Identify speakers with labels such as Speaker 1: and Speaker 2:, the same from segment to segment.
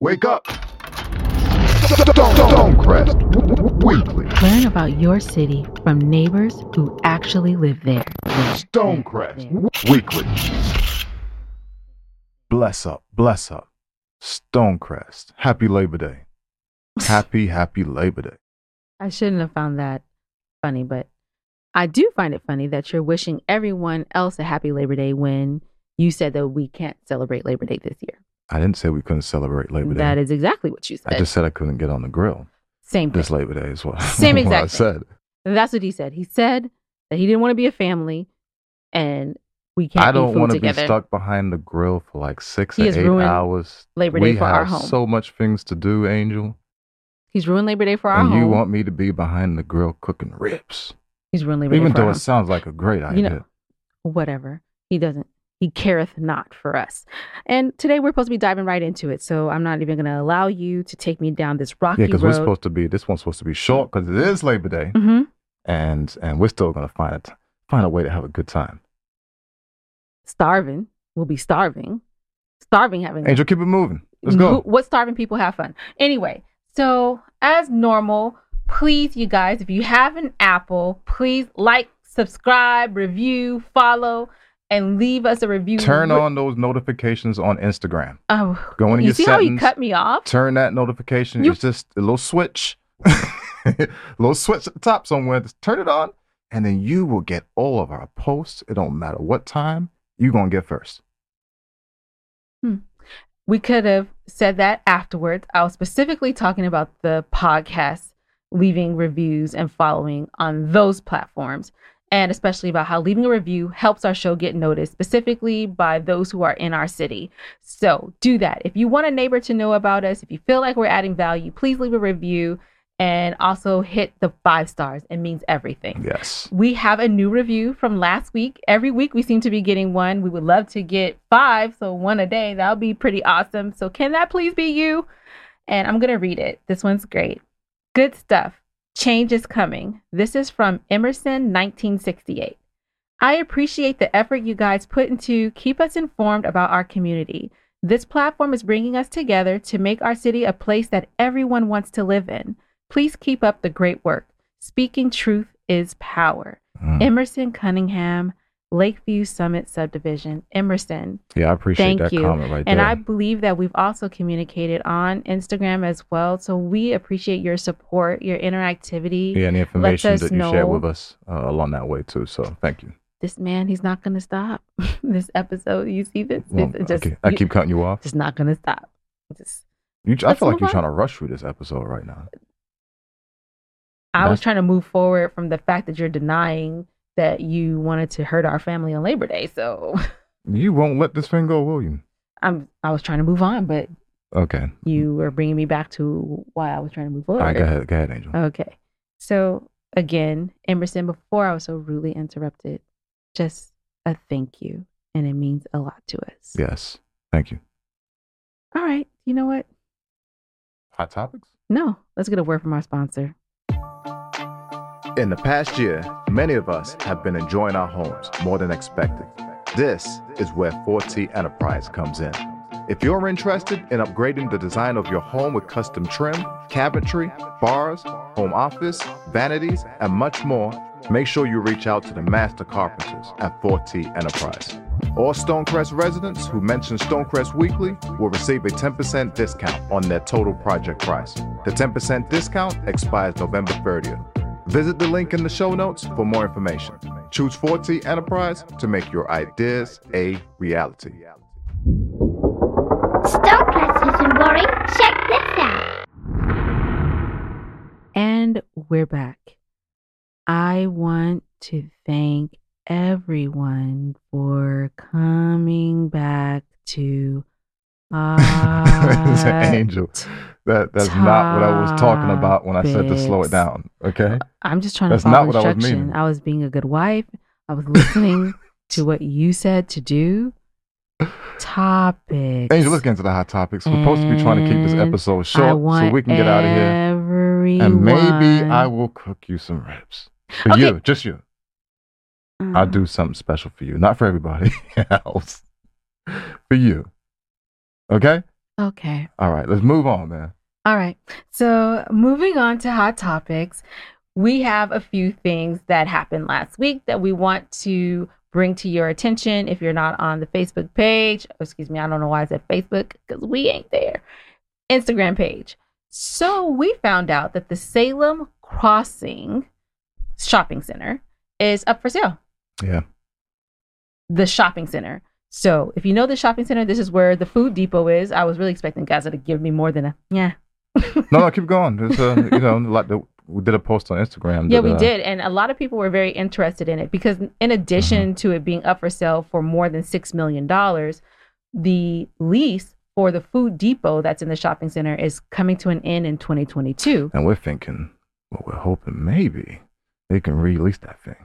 Speaker 1: Wake up! Stonecrest Weekly.
Speaker 2: Learn about your city from neighbors who actually live there.
Speaker 1: Stonecrest Weekly.
Speaker 3: Bless up, bless up. Stonecrest. Happy Labor Day. Happy, happy Labor Day.
Speaker 2: I shouldn't have found that funny, but I do find it funny that you're wishing everyone else a happy Labor Day when you said that we can't celebrate Labor Day this year.
Speaker 3: I didn't say we couldn't celebrate Labor Day.
Speaker 2: That is exactly what you said.
Speaker 3: I just said I couldn't get on the grill
Speaker 2: Same thing.
Speaker 3: this Labor Day is what,
Speaker 2: Same
Speaker 3: what I
Speaker 2: exact thing.
Speaker 3: said.
Speaker 2: That's what he said. He said that he didn't want to be a family and we can't
Speaker 3: I don't
Speaker 2: eat food
Speaker 3: want to be
Speaker 2: together.
Speaker 3: stuck behind the grill for like six
Speaker 2: He
Speaker 3: or
Speaker 2: has
Speaker 3: eight
Speaker 2: ruined
Speaker 3: hours.
Speaker 2: Labor Day
Speaker 3: we
Speaker 2: for
Speaker 3: have
Speaker 2: our home.
Speaker 3: so much things to do, Angel.
Speaker 2: He's ruined Labor Day for our
Speaker 3: and
Speaker 2: home.
Speaker 3: you want me to be behind the grill cooking ribs.
Speaker 2: He's ruined Labor
Speaker 3: Even
Speaker 2: Day for
Speaker 3: though
Speaker 2: our
Speaker 3: it
Speaker 2: home.
Speaker 3: sounds like a great idea.
Speaker 2: You know, whatever. He doesn't. He careth not for us. And today we're supposed to be diving right into it. So I'm not even going to allow you to take me down this rocky
Speaker 3: yeah, because
Speaker 2: road.
Speaker 3: we're supposed to be, this one's supposed to be short because it is Labor Day.
Speaker 2: hmm
Speaker 3: and and we're still gonna find a t- find a way to have a good time.
Speaker 2: Starving. We'll be starving. Starving having
Speaker 3: Angel, keep it moving. Let's
Speaker 2: Who-
Speaker 3: go.
Speaker 2: What starving people have fun. Anyway, so as normal, please, you guys, if you have an Apple, please like, subscribe, review, follow, and leave us a review.
Speaker 3: Turn on those notifications on Instagram.
Speaker 2: Oh,
Speaker 3: Go into
Speaker 2: you
Speaker 3: your
Speaker 2: see how you
Speaker 3: settings.
Speaker 2: cut me off?
Speaker 3: Turn that notification.
Speaker 2: You-
Speaker 3: It's just a little switch, little switch at the top somewhere. Just turn it on, and then you will get all of our posts. It don't matter what time you gonna get first.
Speaker 2: We could have said that afterwards. I was specifically talking about the podcast, leaving reviews and following on those platforms, and especially about how leaving a review helps our show get noticed, specifically by those who are in our city. So do that. If you want a neighbor to know about us, if you feel like we're adding value, please leave a review and also hit the five stars. It means everything.
Speaker 3: Yes.
Speaker 2: We have a new review from last week. Every week we seem to be getting one. We would love to get five, so one a day. That would be pretty awesome. So, can that please be you? And I'm going to read it. This one's great. Good stuff. Change is coming. This is from Emerson 1968. I appreciate the effort you guys put into keep us informed about our community. This platform is bringing us together to make our city a place that everyone wants to live in. Please keep up the great work. Speaking truth is power.
Speaker 3: Mm.
Speaker 2: Emerson Cunningham, Lakeview Summit Subdivision, Emerson.
Speaker 3: Yeah, I appreciate
Speaker 2: Thank
Speaker 3: that
Speaker 2: you.
Speaker 3: comment right
Speaker 2: And
Speaker 3: there.
Speaker 2: I believe that we've also communicated on Instagram as well. So we appreciate your support, your interactivity.
Speaker 3: yeah, and the information
Speaker 2: us
Speaker 3: that you shared
Speaker 2: know.
Speaker 3: with us uh, along that way too. So thank you.
Speaker 2: This man, he's not going to stop this episode. You see this?
Speaker 3: Well,
Speaker 2: It's just,
Speaker 3: okay, I
Speaker 2: you-
Speaker 3: keep cutting you off.
Speaker 2: just not going to stop. Just,
Speaker 3: You, I
Speaker 2: Let's
Speaker 3: feel like
Speaker 2: move
Speaker 3: you're
Speaker 2: on.
Speaker 3: trying to rush through this episode right now.
Speaker 2: I
Speaker 3: That's-
Speaker 2: was trying to move forward from the fact that you're denying that you wanted to hurt our family on Labor Day. So
Speaker 3: You won't let this thing go, will you?
Speaker 2: I'm, I was trying to move on, but
Speaker 3: Okay.
Speaker 2: you were bringing me back to why I was trying to move
Speaker 3: Mm-hmm. All
Speaker 2: forward.
Speaker 3: right, go ahead, go ahead, Angel.
Speaker 2: Okay. So again, Emerson, before I was so rudely interrupted, just a thank you. And it means a lot to us.
Speaker 3: yes. Thank you.
Speaker 2: All right. You know what?
Speaker 3: Hot topics?
Speaker 2: No, let's get a word from our sponsor.
Speaker 3: In the past year, many of us have been enjoying our homes more than expected. This is where 4T Enterprise comes in. If you're interested in upgrading the design of your home with custom trim, cabinetry, bars, home office, vanities, and much more, make sure you reach out to the master carpenters at 4T Enterprise. All Stonecrest residents who mention Stonecrest Weekly will receive a 10% discount on their total project price. The 10% discount expires November 30th. Visit the link in the show notes for more information. Choose 4T Enterprise to make your ideas a reality.
Speaker 4: Stonecrest isn't boring. Check this out.
Speaker 2: And we're back. I want to thank everyone for coming back to
Speaker 3: It's an
Speaker 2: our
Speaker 3: angel. That that's not what I was talking about when I said to slow it down. Okay.
Speaker 2: I'm just trying to
Speaker 3: That's
Speaker 2: follow
Speaker 3: not what I was
Speaker 2: instruction.
Speaker 3: meaning.
Speaker 2: I was being a good wife. I was listening to what you said to do. Topics.
Speaker 3: Angel, let's get into the hot topics. We're supposed to be trying to keep this
Speaker 2: And
Speaker 3: episode
Speaker 2: I
Speaker 3: short
Speaker 2: want
Speaker 3: so we can get out of here.
Speaker 2: Everyone.
Speaker 3: And maybe I will cook you some ribs. For
Speaker 2: Okay.
Speaker 3: you, just you. I'll do something special for you. Not for everybody else. For you. Okay?
Speaker 2: Okay.
Speaker 3: All right, let's move on, man.
Speaker 2: All right. So, moving on to hot topics, we have a few things that happened last week that we want to bring to your attention if you're not on the Facebook page. oh, excuse me, I don't know why I said Facebook because we ain't there. Instagram page. So, we found out that the Salem Crossing Shopping Center is up for sale.
Speaker 3: Yeah.
Speaker 2: The shopping center. So if you know the shopping center, this is where the food depot is. I was really expecting Gaza to give me more than a yeah.
Speaker 3: No, no, keep going. There's uh, you know, like the, we did a post on Instagram.
Speaker 2: Yeah,
Speaker 3: that,
Speaker 2: we
Speaker 3: uh,
Speaker 2: did. And a lot of people were very interested in it because, in addition to it being up for sale for more than $6 million, the lease for the food depot that's in the shopping center is coming to an end in 2022.
Speaker 3: And we're thinking, well, we're hoping maybe they can release that thing.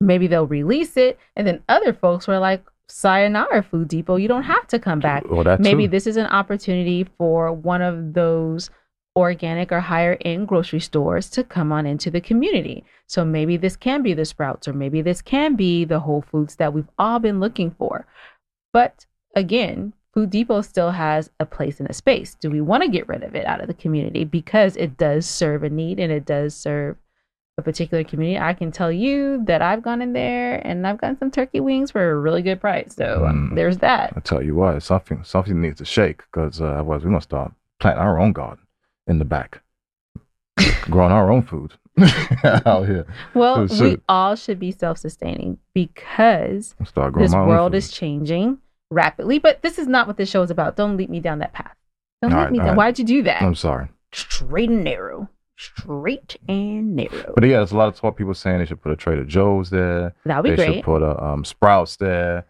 Speaker 2: Maybe they'll release it. And then other folks were like, sayonara, Food Depot. You don't have to come back.
Speaker 3: Well, that
Speaker 2: maybe
Speaker 3: too.
Speaker 2: this is an opportunity for one of those organic or higher end grocery stores to come on into the community. So maybe this can be the Sprouts or maybe this can be the Whole Foods that we've all been looking for. But again, Food Depot still has a place in a space. Do we want to get rid of it out of the community because it does serve a need and it does serve a particular community? I can tell you that I've gone in there and I've gotten some turkey wings for a really good price. So um,
Speaker 3: Mm.
Speaker 2: there's that.
Speaker 3: I tell you what, something something needs to shake because uh, otherwise we're gonna start planting our own garden in the back, growing our own food out here.
Speaker 2: Well,
Speaker 3: Oh,
Speaker 2: we
Speaker 3: shit.
Speaker 2: all should be self sustaining because
Speaker 3: I'll Start growing
Speaker 2: this
Speaker 3: my own
Speaker 2: world
Speaker 3: food.
Speaker 2: is changing rapidly. But this is not what this show is about. Don't lead me down that path. Don't
Speaker 3: All
Speaker 2: lead
Speaker 3: right,
Speaker 2: me
Speaker 3: all right.
Speaker 2: down. Why'd you do that?
Speaker 3: I'm sorry,
Speaker 2: Straight and narrow. Straight and narrow.
Speaker 3: but yeah, there's a lot of talk. People saying they should put a Trader Joe's there.
Speaker 2: That'll be
Speaker 3: they
Speaker 2: great.
Speaker 3: should put a um, Sprouts there.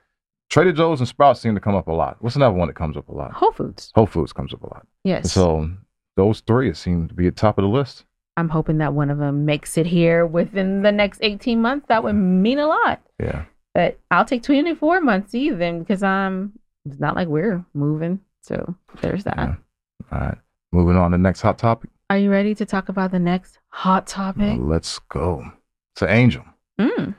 Speaker 3: Trader Joe's and Sprouts seem to come up a lot. What's another one that comes up a lot?
Speaker 2: Whole Foods.
Speaker 3: Whole Foods comes up a lot.
Speaker 2: Yes.
Speaker 3: So those three seem to be at top of the list.
Speaker 2: I'm hoping that one of them makes it here within the next 18 months. That would mean a lot.
Speaker 3: Yeah.
Speaker 2: But I'll take 24 months even because I'm, it's not like we're moving. So there's that.
Speaker 3: Yeah. All right. Moving on to the next hot topic.
Speaker 2: Are you ready to talk about the next hot
Speaker 3: Now
Speaker 2: topic?
Speaker 3: let's go. So Angel,
Speaker 2: Mm.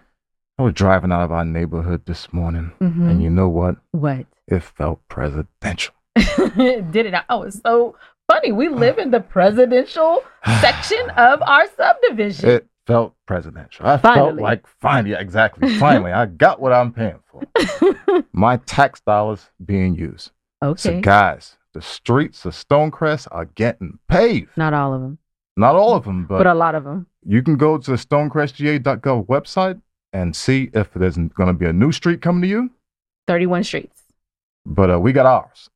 Speaker 3: I was driving out of our neighborhood this morning,
Speaker 2: Mhm.
Speaker 3: and you know what?
Speaker 2: What?
Speaker 3: It felt presidential.
Speaker 2: Did it? Oh, it's so funny.
Speaker 3: Uh.
Speaker 2: We live in the presidential section of our subdivision.
Speaker 3: It felt presidential. I felt
Speaker 2: Finally.
Speaker 3: like finally, yeah, exactly. Finally, I got what I'm paying for. My tax dollars being used. So
Speaker 2: okay.
Speaker 3: guys, the streets of Stonecrest are getting paved.
Speaker 2: Not all of them,
Speaker 3: Not all of them,
Speaker 2: but,
Speaker 3: but,
Speaker 2: a lot of them.
Speaker 3: you can go to the stonecrestga.gov website and see if there's going to be a new street coming to you.
Speaker 2: 31 streets.
Speaker 3: But uh, we got ours.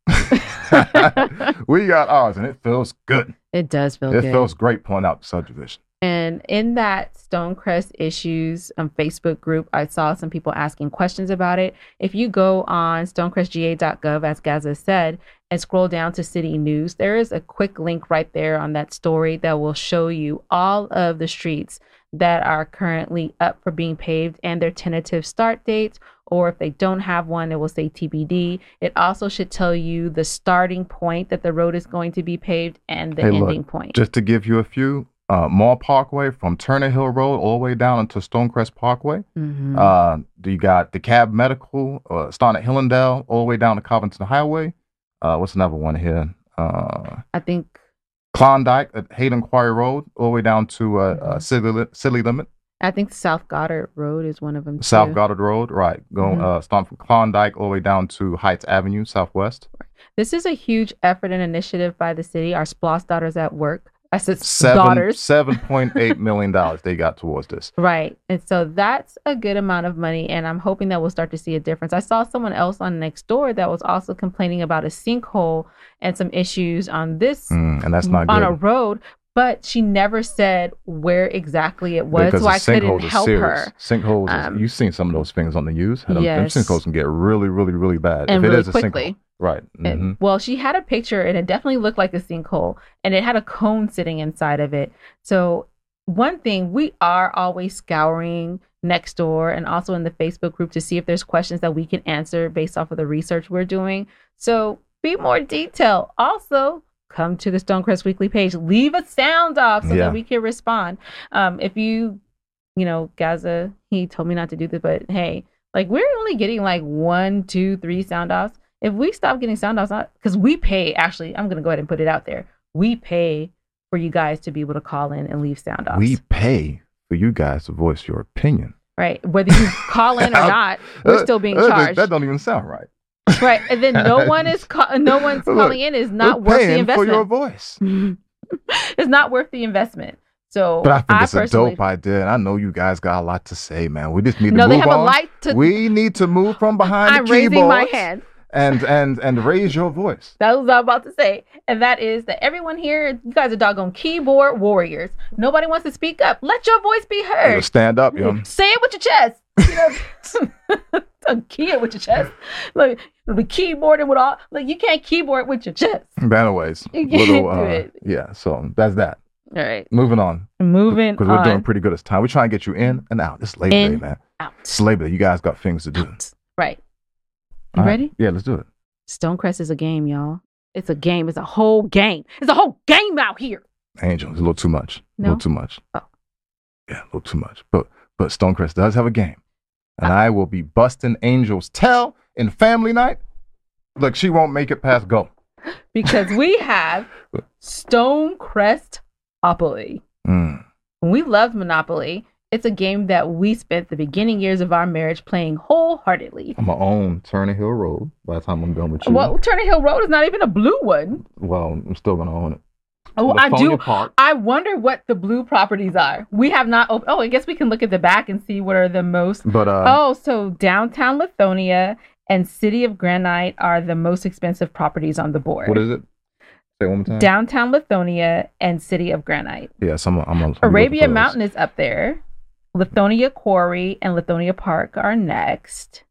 Speaker 3: we got ours, and it feels good.
Speaker 2: It does feel
Speaker 3: it
Speaker 2: good.
Speaker 3: feels great pulling out the subdivision.
Speaker 2: And in that Stonecrest Issues um, Facebook group, I saw some people asking questions about it. If you go on stonecrestga.gov, as Gaza said, and scroll down to city news, there is a quick link right there on that story that will show you all of the streets that are currently up for being paved and their tentative start dates. Or if they don't have one, it will say TBD. It also should tell you the starting point that the road is going to be paved and the
Speaker 3: Hey, look,
Speaker 2: ending point.
Speaker 3: Just to give you a few, uh, Mall Parkway from Turner Hill Road all the way down into Stonecrest Parkway.
Speaker 2: Mhm.
Speaker 3: Uh, you got the Cab Medical, uh, starting at Hillendale all the way down to Covington Highway. Uh, what's another one here? Uh,
Speaker 2: I think
Speaker 3: Klondike at Hayden Quarry Road all the way down to uh, uh, city, li- city limit.
Speaker 2: I think South Goddard Road is one of them.
Speaker 3: South
Speaker 2: too.
Speaker 3: Goddard Road, right? Going
Speaker 2: Mhm.
Speaker 3: uh, starting from Klondike all the way down to Heights Avenue, Southwest.
Speaker 2: This is a huge effort and initiative by the city. Our SPLOS daughters at work. I said
Speaker 3: Seven
Speaker 2: daughters.
Speaker 3: seven point eight million dollars they got towards this.
Speaker 2: Right. And so that's a good amount of money. And I'm hoping that we'll start to see a difference. I saw someone else on next door that was also complaining about a sinkhole and some issues on this
Speaker 3: Mm, and that's not
Speaker 2: on
Speaker 3: good.
Speaker 2: a road, but she never said where exactly it was.
Speaker 3: because
Speaker 2: so
Speaker 3: the
Speaker 2: I couldn't
Speaker 3: sinkholes are
Speaker 2: help
Speaker 3: serious.
Speaker 2: her.
Speaker 3: Sinkholes, is-
Speaker 2: Um,
Speaker 3: you've seen some of those things on the news. And them-
Speaker 2: Yes.
Speaker 3: Them sinkholes can get really, really, really bad.
Speaker 2: And
Speaker 3: if
Speaker 2: really
Speaker 3: it is a
Speaker 2: quickly.
Speaker 3: sinkhole. Right.
Speaker 2: It-
Speaker 3: mhm.
Speaker 2: well, she had a picture and it definitely looked like a sinkhole and it had a cone sitting inside of it. So, one thing we are always scouring next door and also in the Facebook group to see if there's questions that we can answer based off of the research we're doing. So, be more detailed. Also, come to the Stonecrest Weekly page, leave a sound off so
Speaker 3: Yeah.
Speaker 2: that we can respond. Um, if you, you know, Gaza, he told me not to do this, but hey, like we're only getting like one, two, three sound offs. if we stop getting sound offs, because we pay, actually, I'm going to go ahead and put it out there. We pay for you guys to be able to call in and leave sound offs.
Speaker 3: We pay for you guys to voice your opinion.
Speaker 2: right. Whether you call in or
Speaker 3: I'm-
Speaker 2: not, we're
Speaker 3: Uh,
Speaker 2: still being
Speaker 3: uh, that-
Speaker 2: charged.
Speaker 3: That don't even sound right.
Speaker 2: right. And then no one is ca- no one's
Speaker 3: Look,
Speaker 2: calling in is not
Speaker 3: We're
Speaker 2: worth the
Speaker 3: paying for
Speaker 2: investment.
Speaker 3: your voice.
Speaker 2: it's not worth the investment. So
Speaker 3: But I think it's a
Speaker 2: personally,
Speaker 3: dope idea, and I know you guys got a lot to say, man. We just need
Speaker 2: no,
Speaker 3: to
Speaker 2: they
Speaker 3: move
Speaker 2: have
Speaker 3: on.
Speaker 2: a light to.
Speaker 3: we need to move from behind
Speaker 2: I'm
Speaker 3: the
Speaker 2: raising
Speaker 3: keyboard
Speaker 2: my hand.
Speaker 3: and and and raise your voice.
Speaker 2: That was what I was about to say. And that is that everyone here, you guys are doggone keyboard warriors. Nobody wants to speak up. Let your voice be
Speaker 3: You know,
Speaker 2: heard.
Speaker 3: Stand up, yo.
Speaker 2: Say it with your chest. You know, don't key it with your chest. Like the keyboard and with all like you can't keyboard with your chest.
Speaker 3: Anyways,
Speaker 2: You
Speaker 3: little
Speaker 2: can't do
Speaker 3: uh,
Speaker 2: it.
Speaker 3: yeah. So that's that.
Speaker 2: All right.
Speaker 3: Moving on
Speaker 2: Moving
Speaker 3: because
Speaker 2: on
Speaker 3: we're doing pretty good. It's time. We're trying to get you in and out. It's Labor
Speaker 2: In,
Speaker 3: Day, man. It's
Speaker 2: out.
Speaker 3: Labor Day. You guys got things to do.
Speaker 2: Right. You
Speaker 3: All right.
Speaker 2: ready?
Speaker 3: Yeah, let's do it.
Speaker 2: Stonecrest is a game, y'all. It's a game. It's a whole game. It's a whole game out here.
Speaker 3: Angel, it's a little too much. A
Speaker 2: No?
Speaker 3: little too much.
Speaker 2: Oh.
Speaker 3: Yeah, a little too much. But but Stonecrest does have a game. And I will be busting Angel's tail in family night. Look, she won't make it past go.
Speaker 2: Because we have Stonecrest Opoly.
Speaker 3: Mm.
Speaker 2: When we loved Monopoly, it's a game that we spent the beginning years of our marriage playing wholeheartedly.
Speaker 3: I'm my own Turner Hill Road by the time I'm done with you.
Speaker 2: Well, Turner Hill Road is not even a blue one.
Speaker 3: well I'm still gonna own it.
Speaker 2: Oh, I
Speaker 3: Laconia
Speaker 2: do.
Speaker 3: Park.
Speaker 2: I wonder what the blue properties are. We have not. Op- oh, I guess we can look at the back and see what are the most.
Speaker 3: But uh
Speaker 2: Oh, so downtown Lithonia and City of Granite are the most expensive properties on the board.
Speaker 3: what is it? Say it one more time.
Speaker 2: downtown Lithonia and City of Granite.
Speaker 3: yes, I'm a, I'm a, I'm looking for
Speaker 2: Arabia
Speaker 3: those.
Speaker 2: Mountain is up there. Lithonia Quarry and Lithonia Park are next.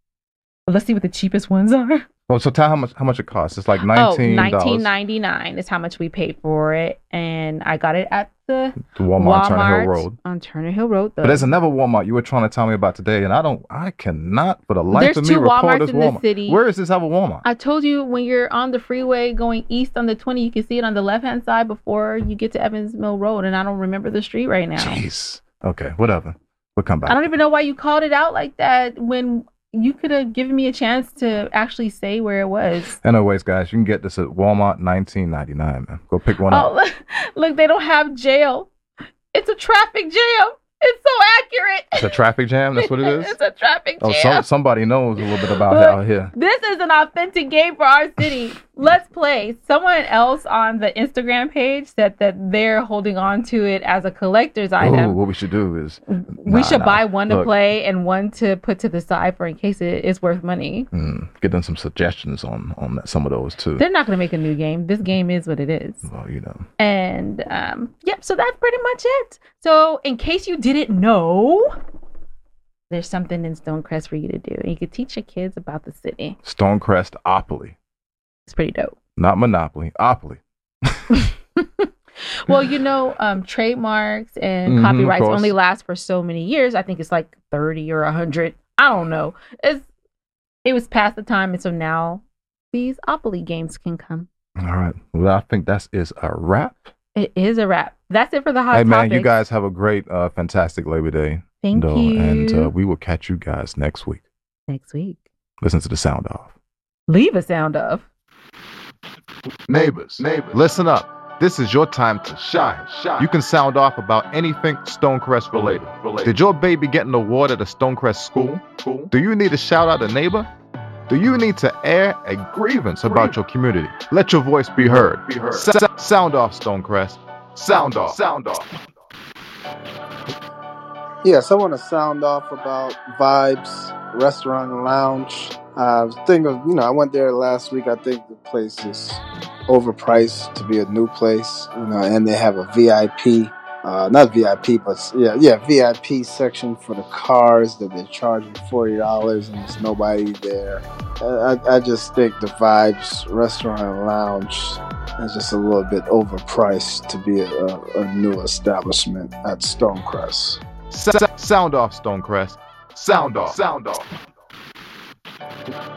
Speaker 2: Let's see what the cheapest ones are.
Speaker 3: Oh, so tell how much how much it costs. It's like
Speaker 2: Oh,
Speaker 3: nineteen
Speaker 2: nineteen
Speaker 3: dollars.
Speaker 2: ninety nine is how much we paid for it, and I got it at the
Speaker 3: Walmart, Walmart
Speaker 2: Walmart,
Speaker 3: Turner Hill Road.
Speaker 2: on Turner Hill Road. Though.
Speaker 3: But there's another Walmart you were trying to tell me about today, and I don't, I cannot for the life
Speaker 2: There's
Speaker 3: of me
Speaker 2: two
Speaker 3: recall
Speaker 2: Walmarts
Speaker 3: this
Speaker 2: in this
Speaker 3: Walmart.
Speaker 2: city.
Speaker 3: Where is this other Walmart?
Speaker 2: I told you when you're on the freeway going east on the 20, you can see it on the left hand side before you get to Evans Mill Road, and I don't remember the street right now.
Speaker 3: Jeez. Okay, whatever. We'll come back.
Speaker 2: I don't even know why you called it out like that when you could have given me a chance to actually say where it was.
Speaker 3: Anyways, guys, you can get this at Walmart, nineteen ninety nine. Man, go pick one
Speaker 2: Oh,
Speaker 3: up.
Speaker 2: look, look, they don't have jail. It's a traffic jam. It's so accurate.
Speaker 3: It's a traffic jam. That's what it is.
Speaker 2: it's a traffic
Speaker 3: oh,
Speaker 2: jam.
Speaker 3: some, somebody knows a little bit about
Speaker 2: Look.
Speaker 3: out here.
Speaker 2: This is an authentic game for our city. Let's play. Someone else on the Instagram page said that they're holding on to it as a collector's
Speaker 3: Ooh,
Speaker 2: item.
Speaker 3: what we should do is
Speaker 2: we
Speaker 3: nah,
Speaker 2: should
Speaker 3: nah.
Speaker 2: buy one to
Speaker 3: Look.
Speaker 2: play and one to put to the side for in case it is worth money.
Speaker 3: mm, get them some suggestions on on that, some of those too.
Speaker 2: They're not going to make a new game. This game is what it is.
Speaker 3: well, you know,
Speaker 2: And um, yep, so that's pretty much it. So, in case you didn't know, there's something in Stonecrest for you to do. And you could teach your kids about the city.
Speaker 3: Stonecrest Opoly,
Speaker 2: It's pretty dope.
Speaker 3: not Monopoly, Opoly.
Speaker 2: Well, you know, um, trademarks and
Speaker 3: Mhm, of
Speaker 2: copyrights
Speaker 3: course.
Speaker 2: only last for so many years. I think it's like 30 or 100. I don't know. It's it was past the time, and so now these Opoly games can come.
Speaker 3: All right. Well, I think that is a wrap.
Speaker 2: It is a wrap. That's it for the hot
Speaker 3: hey man,
Speaker 2: topic.
Speaker 3: you guys have a great, uh, fantastic Labor Day.
Speaker 2: Thank
Speaker 3: though,
Speaker 2: you.
Speaker 3: And uh, we will catch you guys next week.
Speaker 2: Next week,
Speaker 3: Listen to the sound off.
Speaker 2: leave a sound of.
Speaker 1: Neighbors, neighbors,
Speaker 3: Listen up. This is your time to
Speaker 1: shine, shine.
Speaker 3: You can sound off about anything Stonecrest related. Did your baby get an award at a Stonecrest school?
Speaker 1: cool?
Speaker 3: Do you need to shout out a neighbor? Do you need to air a grievance about your community? Let your voice be heard.
Speaker 1: Be heard.
Speaker 3: S- sound off, Stonecrest.
Speaker 1: Sound off, sound off.
Speaker 5: Yes, I want to sound off about Vibes Restaurant and Lounge. Uh, thing of you know, I went there last week. I think the place is overpriced to be a new place, you know, and they have a VIP, uh, not VIP, but s- yeah, yeah, VIP section for the cars that they're charging forty dollars, and there's nobody there. I, I- I just think the Vibes Restaurant and Lounge is just a little bit overpriced to be a, a, a new establishment at Stonecrest.
Speaker 3: S- sound off, Stonecrest.
Speaker 1: Sound off, sound off.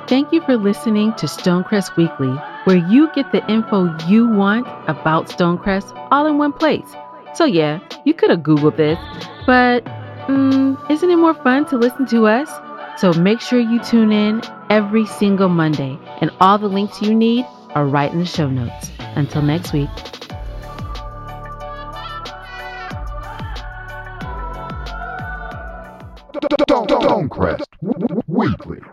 Speaker 2: Thank you for listening to Stonecrest Weekly, where you get the info you want about Stonecrest all in one place. So, yeah, you could have Googled this, but mm, isn't it more fun to listen to us? So make sure you tune in every single Monday, and all the links you need are right in the show notes. Until next week.
Speaker 3: Stonecrest Weekly.